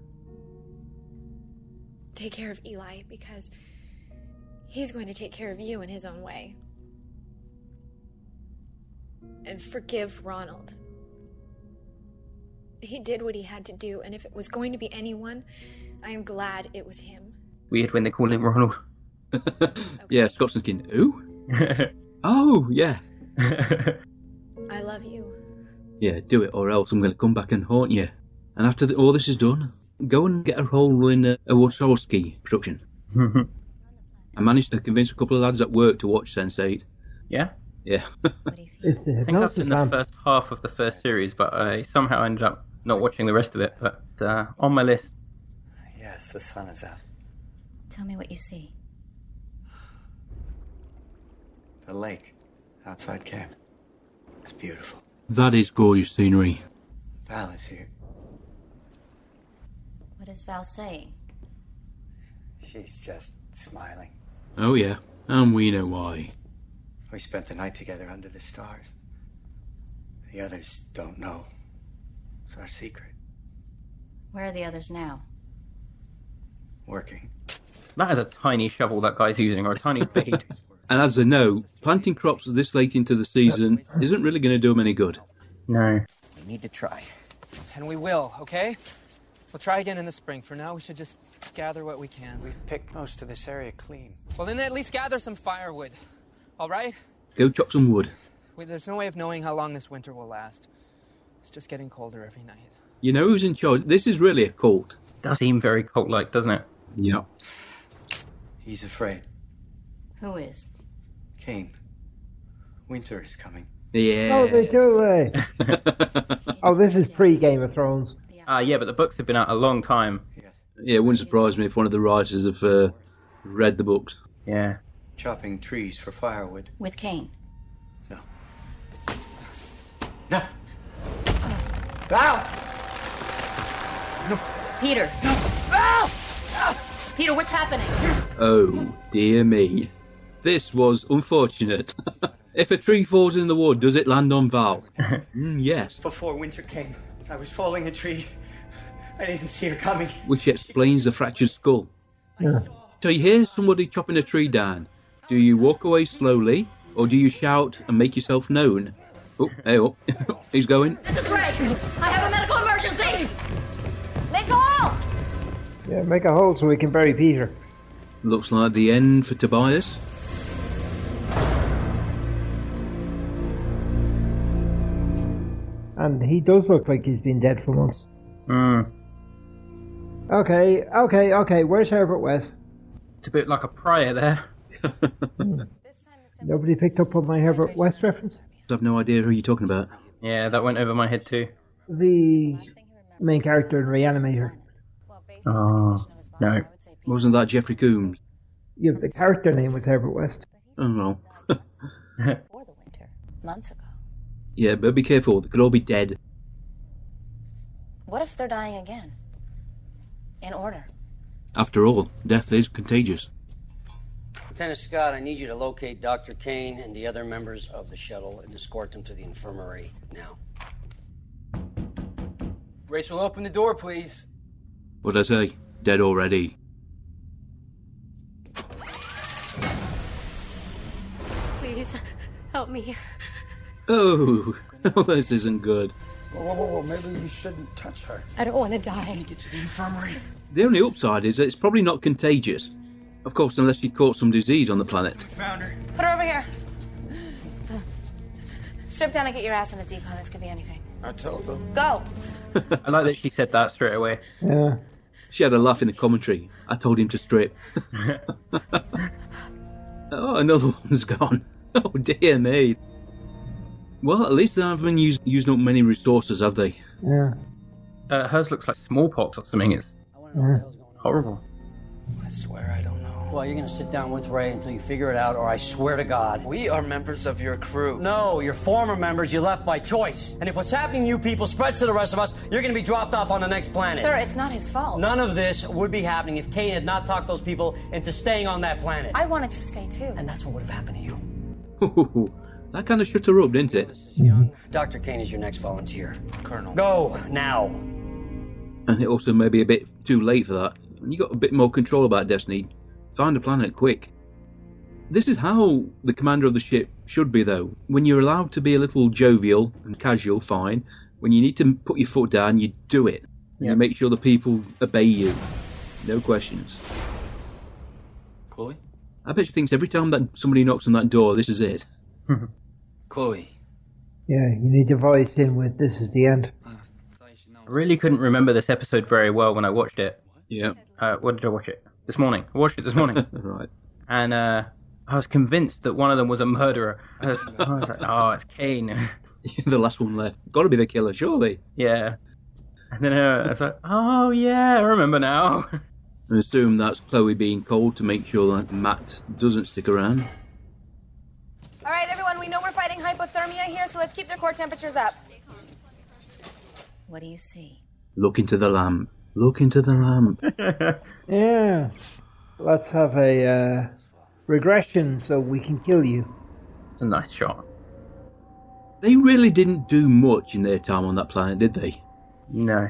Take care of Eli because he's going to take care of you in his own way. And forgive Ronald. He did what he had to do, and if it was going to be anyone, I am glad it was him. Weird when they call him Ronald. yeah, Scott's thinking, who? oh, yeah. I love you. Yeah, do it or else I'm going to come back and haunt you. And after the, all this is done, go and get a role in a, a Wachowski production. I managed to convince a couple of lads at work to watch Sense8. yeah? Yeah. It's the I think that's hypnosis in the lamp. first half of the first series, but I somehow ended up not watching the rest of it. But uh, on my list, Yes, the sun is out. Tell me what you see. The lake outside camp. It's beautiful. that is gorgeous scenery. Val is here. What is Val saying? She's just smiling. Oh, yeah. And we know why. We spent the night together under the stars. The others don't know. It's our secret. Where are the others now? Working. that is a tiny shovel that guy's using, or a tiny spade. And as I know, planting crops this late into the season isn't really going to do them any good. no. We need to try. And we will, okay? We'll try again in the spring. For now, we should just gather what we can. We've picked most of this area clean. Well, then at least gather some firewood, all right? Go chop some wood. We, there's no way of knowing how long this winter will last. It's just getting colder every night. You know who's in charge? This is really a cult. Does seem very cult like, doesn't it? Yeah. He's afraid. Who is? Kane. Winter is coming. Oh, they do they? oh, this is pre Game of Thrones. Ah, yeah, but the books have been out a long time. Yeah, it wouldn't surprise me if one of the writers have uh, read the books. Yeah. Chopping trees for firewood. With Kane. Val! Peter. No. Peter, what's happening? Oh, dear me. This was unfortunate. if a tree falls in the wood, does it land on Val? Mm, yes, Before winter came, I was falling a tree. I didn't see her coming. which explains the fractured skull. So you hear somebody chopping a tree down. Do you walk away slowly, or do you shout and make yourself known? Oh, hey, oh, he's going. This is Ray. I have a medical emergency. Make a hole. Yeah, make a hole so we can bury Peter. Looks like the end for Tobias. And he does look like he's been dead for months. Okay, okay, okay. Where's Herbert West? It's a bit like a prior there. Nobody picked up on my Herbert West reference. I've no idea who you're talking about. Yeah, that went over my head too. The main character in Reanimator. Oh, no. Wasn't that Jeffrey Coombs? Yeah, the character name was Herbert West. Oh, no. Months ago. yeah, but be careful. They could all be dead. What if they're dying again? In order. After all, death is contagious. Lieutenant Scott, I need you to locate Dr. Kane and the other members of the shuttle and escort them to the infirmary now. Rachel, open the door, please. What'd I say? Dead already. Please, help me. Oh, this isn't good. Whoa, whoa, whoa, whoa. Maybe you shouldn't touch her. I don't want to die. Get to the infirmary. The only upside is that it's probably not contagious. Of course, unless you caught some disease on the planet. Found her. Put her over here. Strip down and get your ass in a decon. This could be anything. I told them. Go. I like that she said that straight away. Yeah. She had a laugh in the commentary. I told him to strip. oh, another one's gone. Oh, dear me. Well, at least they haven't used, used up many resources, have they? Yeah. Uh, hers looks like smallpox or something. It's yeah. horrible. I swear I don't know. Well, you're going to sit down with Ray until you figure it out, or I swear to God. We are members of your crew. No, you're former members you left by choice. And if what's happening to you people spreads to the rest of us, you're going to be dropped off on the next planet. Sir, it's not his fault. None of this would be happening if Kane had not talked those people into staying on that planet. I wanted to stay too. and that's what would have happened to you. that kind of shut her up, didn't it? Dr. Kane is your next volunteer. Colonel. Go now. And it also may be a bit too late for that. You got a bit more control about Destiny. Find a planet quick. This is how the commander of the ship should be, though. When you're allowed to be a little jovial and casual, fine. When you need to put your foot down, you do it. And Yeah. You make sure the people obey you. No questions. Chloe? I bet she thinks every time that somebody knocks on that door, this is it. Chloe. Yeah, you need to voice in with this is the end. I really couldn't remember this episode very well when I watched it. Yeah. Uh, when did I watch it? This morning. I watched it this morning. right. and uh, I was convinced that one of them was a murderer. I was, I was like, oh, it's Kane. the last one left. Gotta be the killer, surely. yeah. And then uh, I was like, oh, yeah, I remember now. I assume that's Chloe being cold to make sure that Matt doesn't stick around. All right, everyone, we know we're fighting hypothermia here, so let's keep their core temperatures up. What do you see? Look into the lamp. Look into the lamp. Yeah. Let's have a uh, regression so we can kill you. it's a nice shot. they really didn't do much in their time on that planet, did they? No.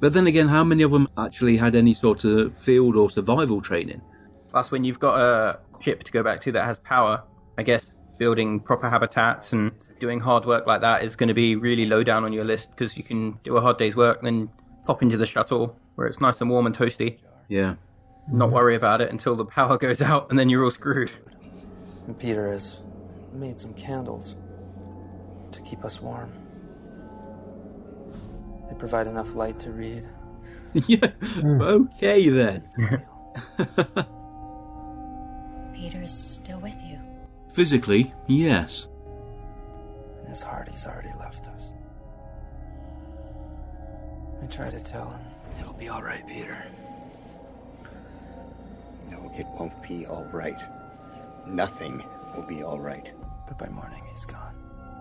But then again, how many of them actually had any sort of field or survival training? Plus, when you've got a ship to go back to that has power, I guess building proper habitats and doing hard work like that is going to be really low down on your list because you can do a hard day's work and then pop into the shuttle where it's nice and warm and toasty, Yeah. not worry about it until the power goes out and then you're all screwed. And Peter has made some candles to keep us warm. They provide enough light to read. Hmm. yeah. Okay then. Peter is still with you. Physically, yes. In his heart, he's already left us. I try to tell him it'll be all right, Peter. No, it won't be all right. Nothing will be all right. But by morning, he's gone.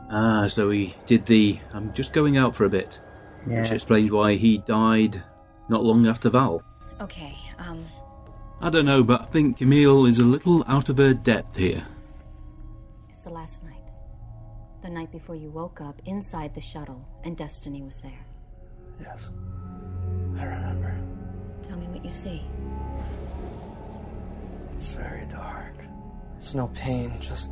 Ah, so he did the I'm just going out for a bit. Which Yeah. explains why he died not long after Val. Okay, um, I don't know, but I think Camille is a little out of her depth here. it's the last night. The night before you woke up inside the shuttle, and Destiny was there. Yes. I remember. Tell me what you see. It's very dark. There's no pain, just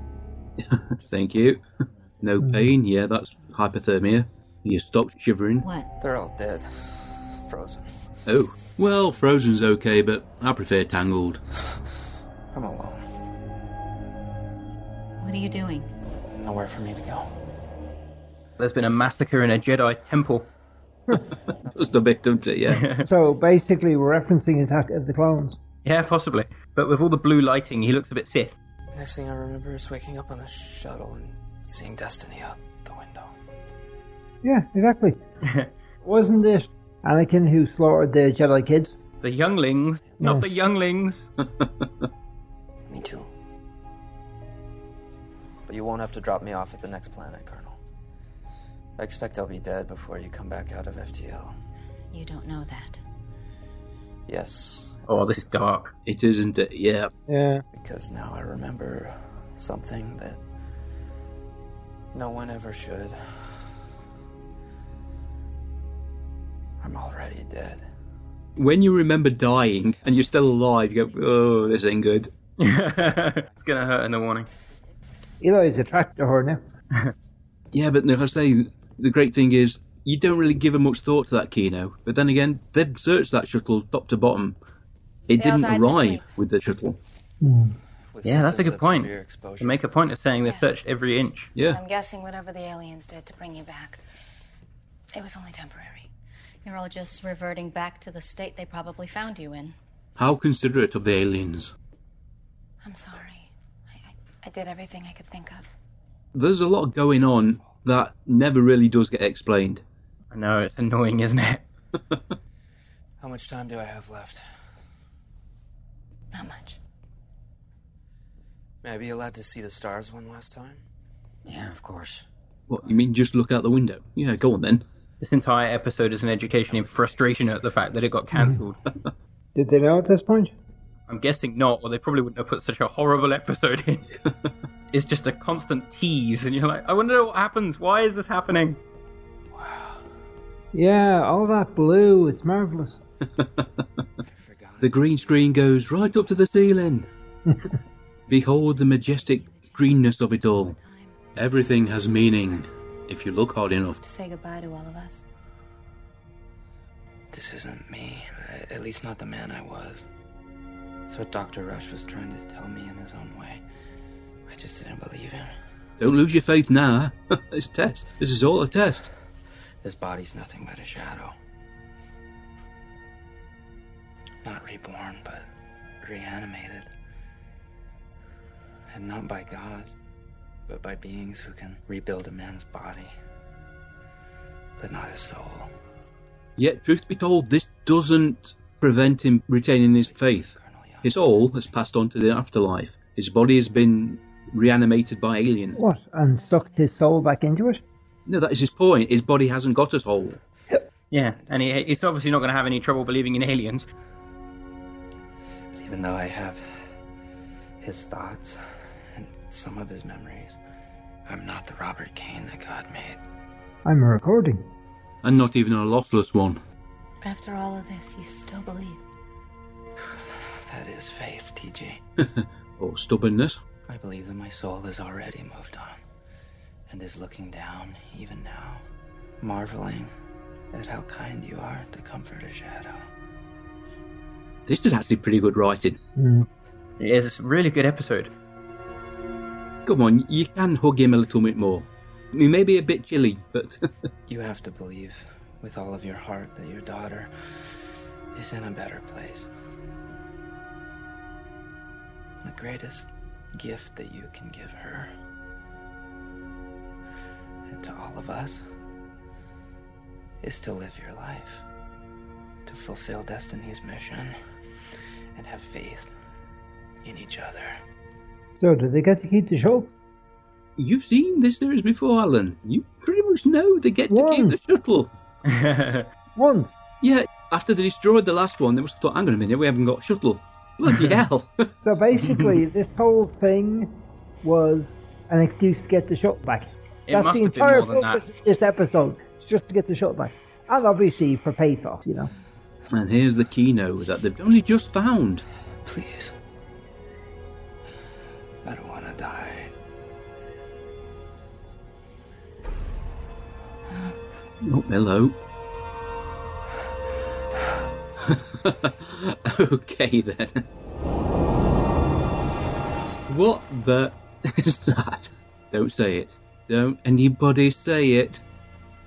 Thank you. no pain, yeah, that's hypothermia. You stop shivering. What? They're all dead. Frozen. Oh. Well, Frozen's okay, but I prefer Tangled. I'm alone. What are you doing? Nowhere for me to go. There's been a massacre in a Jedi temple. Just a bit, don't it? Yeah. So basically, we're referencing Attack of the Clones. yeah, possibly. But with all the blue lighting, he looks a bit Sith. Next thing I remember is waking up on a shuttle and seeing Destiny out the window. Yeah, exactly. Wasn't it Anakin who slaughtered the Jedi kids? The younglings, not Yes. the younglings. Me too. But you won't have to drop me off at the next planet, Colonel. I expect I'll be dead before you come back out of FTL. You don't know that. Yes, Oh, this is dark. It is, isn't it? Yeah. Yeah. because now I remember something that no one ever should. I'm already dead. When you remember dying and you're still alive, you go, oh, this ain't good. it's gonna hurt in the morning. Eli's attracted to her now. Yeah, but like I say, the great thing is you don't really give her much thought to that Kino. But then again, they've searched that shuttle top to bottom. It They all didn't died in their arrive with the shuttle. With Yeah, that's symptoms a good of point. severe They make a point of saying they searched every inch. Yeah. I'm guessing whatever the aliens did to bring you back, it was only temporary. You're all just reverting back to the state they probably found you in. How considerate of the aliens. I'm sorry. I, I, I did everything I could think of. There's a lot going on that never really does get explained. I know, it's annoying, isn't it? How much time do I have left? Not much. May I be allowed to see the stars one last time? Yeah, of course. What, you mean just look out the window? Yeah, go on then. This entire episode is an education in frustration at the fact that it Mm. got cancelled. Did they know at this point? I'm guessing not, or they probably wouldn't have put such a horrible episode in. it's just a constant tease, and you're like, I want to know what happens. Why is this happening? Yeah, all that blue, it's marvellous. The green screen goes right up to the ceiling. Behold the majestic greenness of it all. Everything has meaning if you look hard enough. To say goodbye to all of us. This isn't me, a- at least not the man I was. It's what Dr. Rush was trying to tell me in his own way. I just didn't believe him. Don't lose your faith now. it's a test. This is all a test. His body's nothing but a shadow. Not reborn, but reanimated. And not by God, but by beings who can rebuild a man's body, but not his soul. Yet, truth be told, this doesn't prevent him retaining his faith. His soul has passed on to the afterlife. His body has been reanimated by aliens. What? And sucked his soul back into it? No, that is his point. His body hasn't got a soul. Yeah, and he, he's obviously not going to have any trouble believing in aliens. But even though I have his thoughts and some of his memories, I'm not the Robert Kane that God made. I'm recording. And not even a lossless one. After all of this, you still believe. That is faith, TG. Or Oh, stubbornness. I believe that my soul has already moved on and is looking down even now, marveling at how kind you are to comfort a shadow. This is actually pretty good writing. It is a really good episode. Come on, you can hug him a little bit more. We may be a bit chilly, but You have to believe with all of your heart that your daughter is in a better place. The greatest gift that you can give her and to all of us is to live your life, to fulfill destiny's mission, and have faith in each other. So, do they get to keep the show? You've seen this series before, Alan. You pretty much know they get to keep the shuttle. Once. Yeah, after they destroyed the last one, they must have thought, hang on a minute, we haven't got a shuttle. Bloody hell. So basically, this whole thing was an excuse to get the shot back. It That's must the have been entire more than focus that. of This episode It's just to get the shot back, and obviously for pathos, you know. And here's the keynote that they've only just found. Please. I don't want to die. Oh, hello. okay then. What the is that? Don't say it. Don't anybody say it.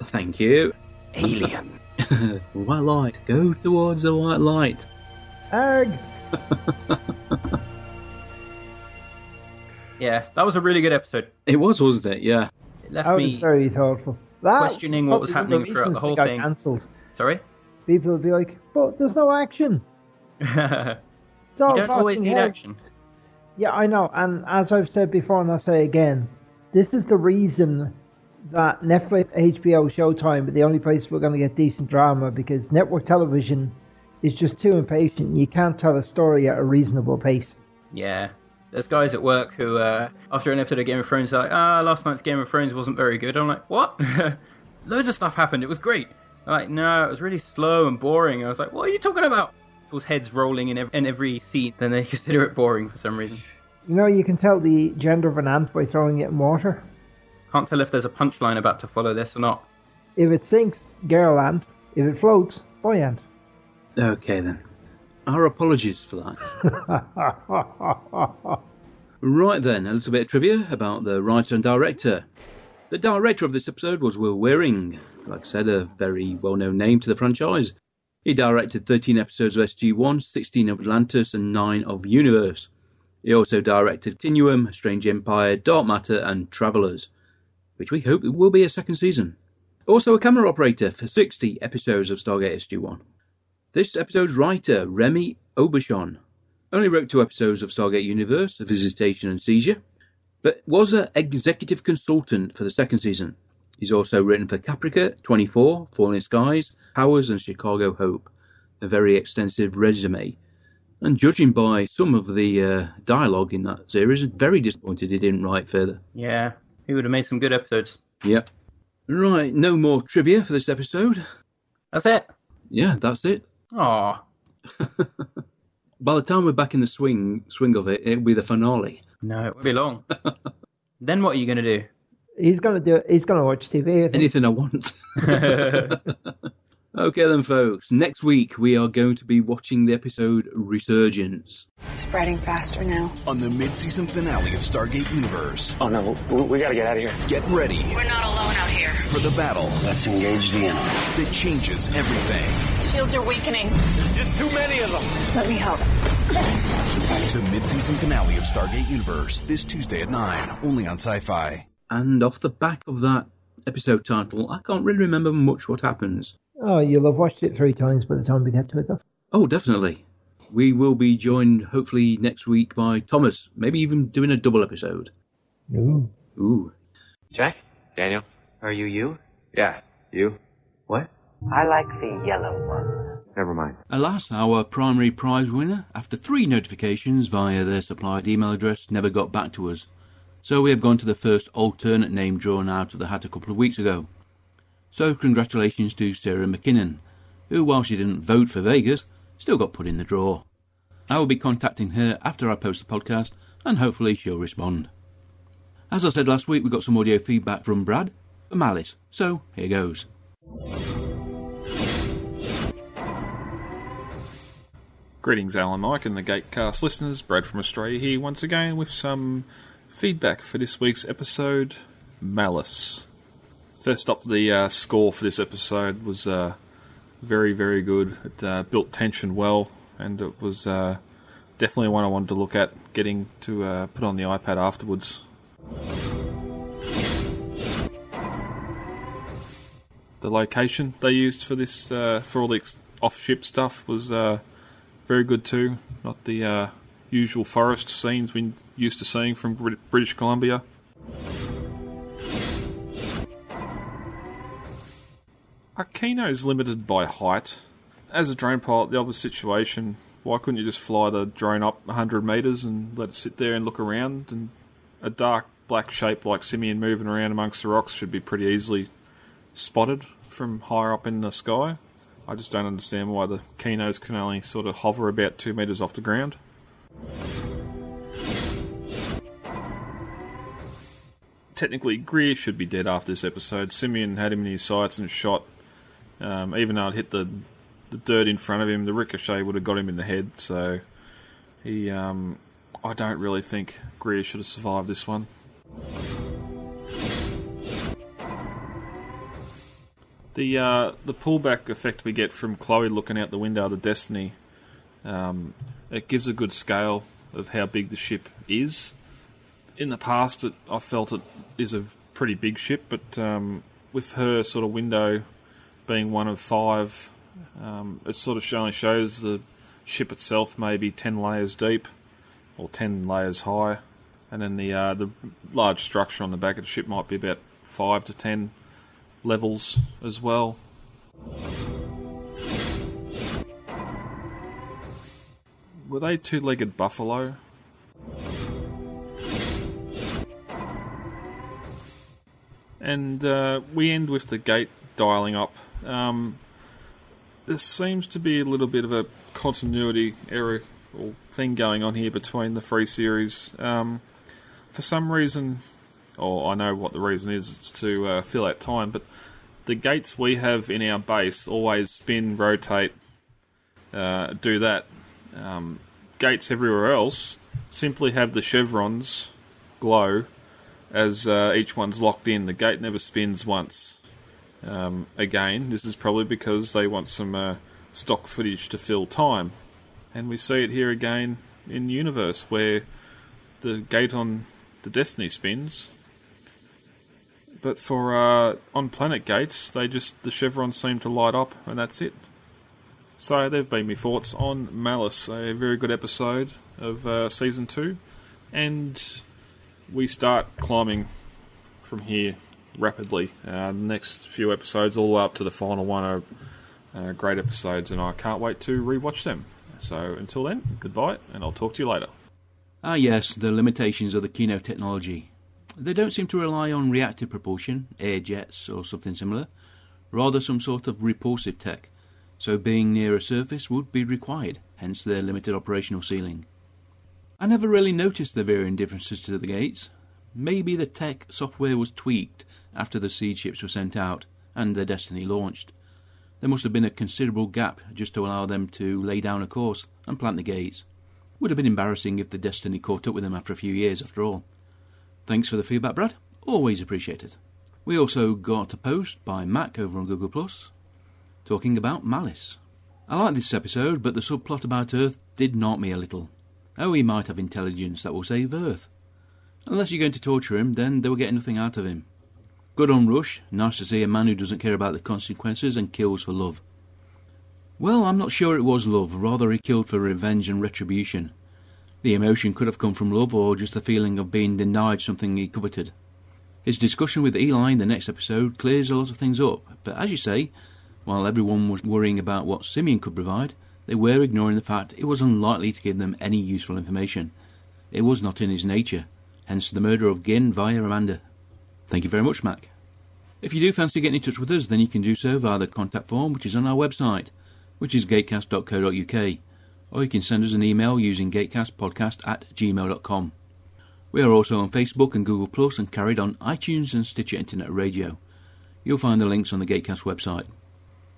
Thank you. Alien. white light. Go towards the white light. Erg. Yeah, that was a really good episode. It was, wasn't it? Yeah. It left That was me very thoughtful. That questioning what was probably one happening of the throughout the whole reasons they got thing. Cancelled. Sorry. People would be like, "But there's no action." you Dog don't always barking need heads. action. Yeah, I know. And as I've said before, and I'll say again, this is the reason that Netflix, HBO, Showtime are the only place we're going to get decent drama because network television is just too impatient. You can't tell a story at a reasonable pace. Yeah. There's guys at work who, uh, after an episode of Game of Thrones, are like, ah, last night's Game of Thrones wasn't very good. I'm like, what? Loads of stuff happened. It was great. They're like, no, it was really slow and boring. I was like, what are you talking about? People's heads rolling in, ev- in every seat, then they consider it boring for some reason. You know, you can tell the gender of an ant by throwing it in water. Can't tell if there's a punchline about to follow this or not. If it sinks, girl ant. If it floats, boy ant. Okay then. Our apologies for that. Right then, a little bit of trivia about the writer and director. The director of this episode was Will Wearing, like I said, a very well known name to the franchise. He directed 13 episodes of SG1, 16 of Atlantis, and 9 of Universe. He also directed Continuum, Strange Empire, Dark Matter, and Travellers, which we hope will be a second season. Also a camera operator for 60 episodes of Stargate SG1. This episode's writer, Remy Aubuchon, only wrote two episodes of Stargate Universe, Visitation and Seizure, but was an executive consultant for the second season. He's also written for Caprica, 24, Falling Skies, Powers, and Chicago Hope, a very extensive resume. And judging by some of the uh, dialogue in that series, very disappointed he didn't write further. Yeah. He would have made some good episodes. Yep. Right, no more trivia for this episode. That's it. Yeah, that's it. Aw. By the time we're back in the swing swing of it, it'll be the finale. No, it won't be long. then what are you going to do? He's going to do it. He's going to watch TV. I think. Anything I want. Okay then, folks. Next week we are going to be watching the episode Resurgence. Spreading faster now. On the mid-season finale of Stargate Universe. Oh no, we, we gotta get out of here. Get ready We're not alone out here. for the battle Let's engage the enemy. that changes everything. Shields are weakening. There's just too many of them. Let me help. The mid-season finale of Stargate Universe this Tuesday at 9, only on Sci-Fi. And off the back of that episode title, I can't really remember much what happens. Oh, you'll have watched it three times by the time we get to it, though. Oh, definitely. We will be joined hopefully next week by Thomas, maybe even doing a double episode. Ooh. Ooh. Jack? Daniel? Are you you? Yeah, you. What? I like the yellow ones. Never mind. Alas, our primary prize winner, after three notifications via their supplied email address, never got back to us. So we have gone to the first alternate name drawn out of the hat a couple of weeks ago. So congratulations to Sarah McKinnon, who, while she didn't vote for Vegas, still got put in the draw. I will be contacting her after I post the podcast, and hopefully she'll respond. As I said last week, we got some audio feedback from Brad and Malice, so here goes. Greetings, Alan Mike and the Gatecast listeners. Brad from Australia here once again with some feedback for this week's episode Malice. First up, the uh, score for this episode was uh, very, very good. It uh, built tension well, and it was uh, definitely one I wanted to look at getting to uh, put on the iPad afterwards. The location they used for this uh, for all the ex- off-ship stuff was uh, very good too. Not the uh, usual forest scenes we used to seeing from Brit- British Columbia. Arcano is limited by height. As a drone pilot, the obvious situation why couldn't you just fly the drone up 100 metres and let it sit there and look around? And a dark black shape like Simeon moving around amongst the rocks should be pretty easily spotted from higher up in the sky. I just don't understand why the Kinos can only sort of hover about 2 metres off the ground. Technically, Greer should be dead after this episode. Simeon had him in his sights and shot. Um, even though it hit the the dirt in front of him. The ricochet would have got him in the head, so he. Um, I don't really think Greer should have survived this one. The uh, the pullback effect we get from Chloe looking out the window of the Destiny, um, it gives a good scale of how big the ship is. In the past, it, I felt it is a pretty big ship, but um, with her sort of window being one of five um, it sort of only shows the ship itself maybe 10 layers deep or 10 layers high, and then the, uh, the large structure on the back of the ship might be about 5 to 10 levels as well. Were they two legged buffalo? And uh, we end with the gate dialing up. Um, there seems to be a little bit of a continuity error or thing going on here between the three series. Um, for some reason, or I know what the reason is, it's to uh, fill out time, but the gates we have in our base always spin, rotate, uh, do that. Um, gates everywhere else simply have the chevrons glow as uh, each one's locked in. The gate never spins once. Um, again, this is probably because they want some uh, stock footage to fill time. And we see it here again in Universe, where the gate on the Destiny spins. But for uh, on planet gates, they just the chevrons seem to light up, and that's it. So they've been my thoughts on Malice, a very good episode of uh, season two, and we start climbing from here rapidly. Uh, the next few episodes, all the way up to the final one, are uh, great episodes, and I can't wait to rewatch them. So until then, goodbye, and I'll talk to you later. Ah, yes, the limitations of the Kino technology. They don't seem to rely on reactive propulsion, air jets, or something similar, rather, some sort of repulsive tech. So, being near a surface would be required, hence their limited operational ceiling. I never really noticed the varying differences to the gates. Maybe the tech software was tweaked after the seed ships were sent out and their destiny launched. There must have been a considerable gap just to allow them to lay down a course and plant the gates. Would have been embarrassing if the destiny caught up with them after a few years, after all. Thanks for the feedback, Brad. Always appreciated. We also got a post by Mac over on Google Plus talking about malice. I like this episode, but the subplot about Earth did knock me a little. Oh, he might have intelligence that will save Earth. Unless you're going to torture him, then they will get nothing out of him. Good on Rush, nice to see a man who doesn't care about the consequences and kills for love. Well, I'm not sure it was love, rather, he killed for revenge and retribution. The emotion could have come from love or just the feeling of being denied something he coveted. His discussion with Eli in the next episode clears a lot of things up, but as you say, while everyone was worrying about what Simeon could provide, they were ignoring the fact it was unlikely to give them any useful information. It was not in his nature, hence the murder of Gin via Amanda. Thank you very much, Mac. If you do fancy getting in touch with us, then you can do so via the contact form which is on our website, which is gatecast.co.uk, or you can send us an email using gatecastpodcast at gmail.com. We are also on Facebook and Google Plus and carried on iTunes and Stitcher Internet Radio. You'll find the links on the Gatecast website.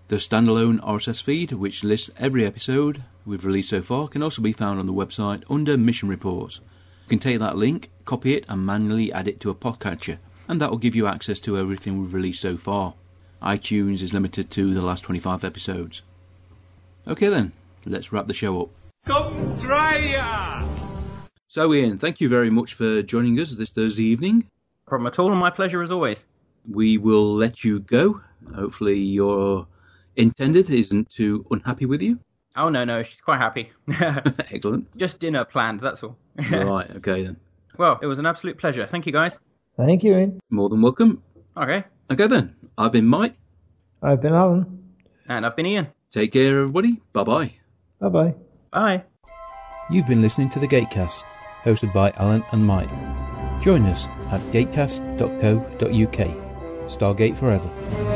The standalone RSS feed, which lists every episode we've released so far, can also be found on the website under Mission Reports. You can take that link, copy it, and manually add it to a podcatcher and that will give you access to everything we've released so far. iTunes is limited to the last 25 episodes. Okay then, let's wrap the show up. Come try ya! So, Ian, thank you very much for joining us this Thursday evening. Problem at all, and my pleasure as always. We will let you go. Hopefully, your intended isn't too unhappy with you. Oh no, no, she's quite happy. Excellent. Just dinner planned, that's all. right, okay then. Well, it was an absolute pleasure. Thank you guys. Thank you, Ian. More than welcome. Okay. Okay then. I've been Mike. I've been Alan. And I've been Ian. Take care, everybody. Bye bye. Bye bye. Bye. You've been listening to The Gatecast, hosted by Alan and Mike. Join us at gatecast.co.uk. Stargate Forever.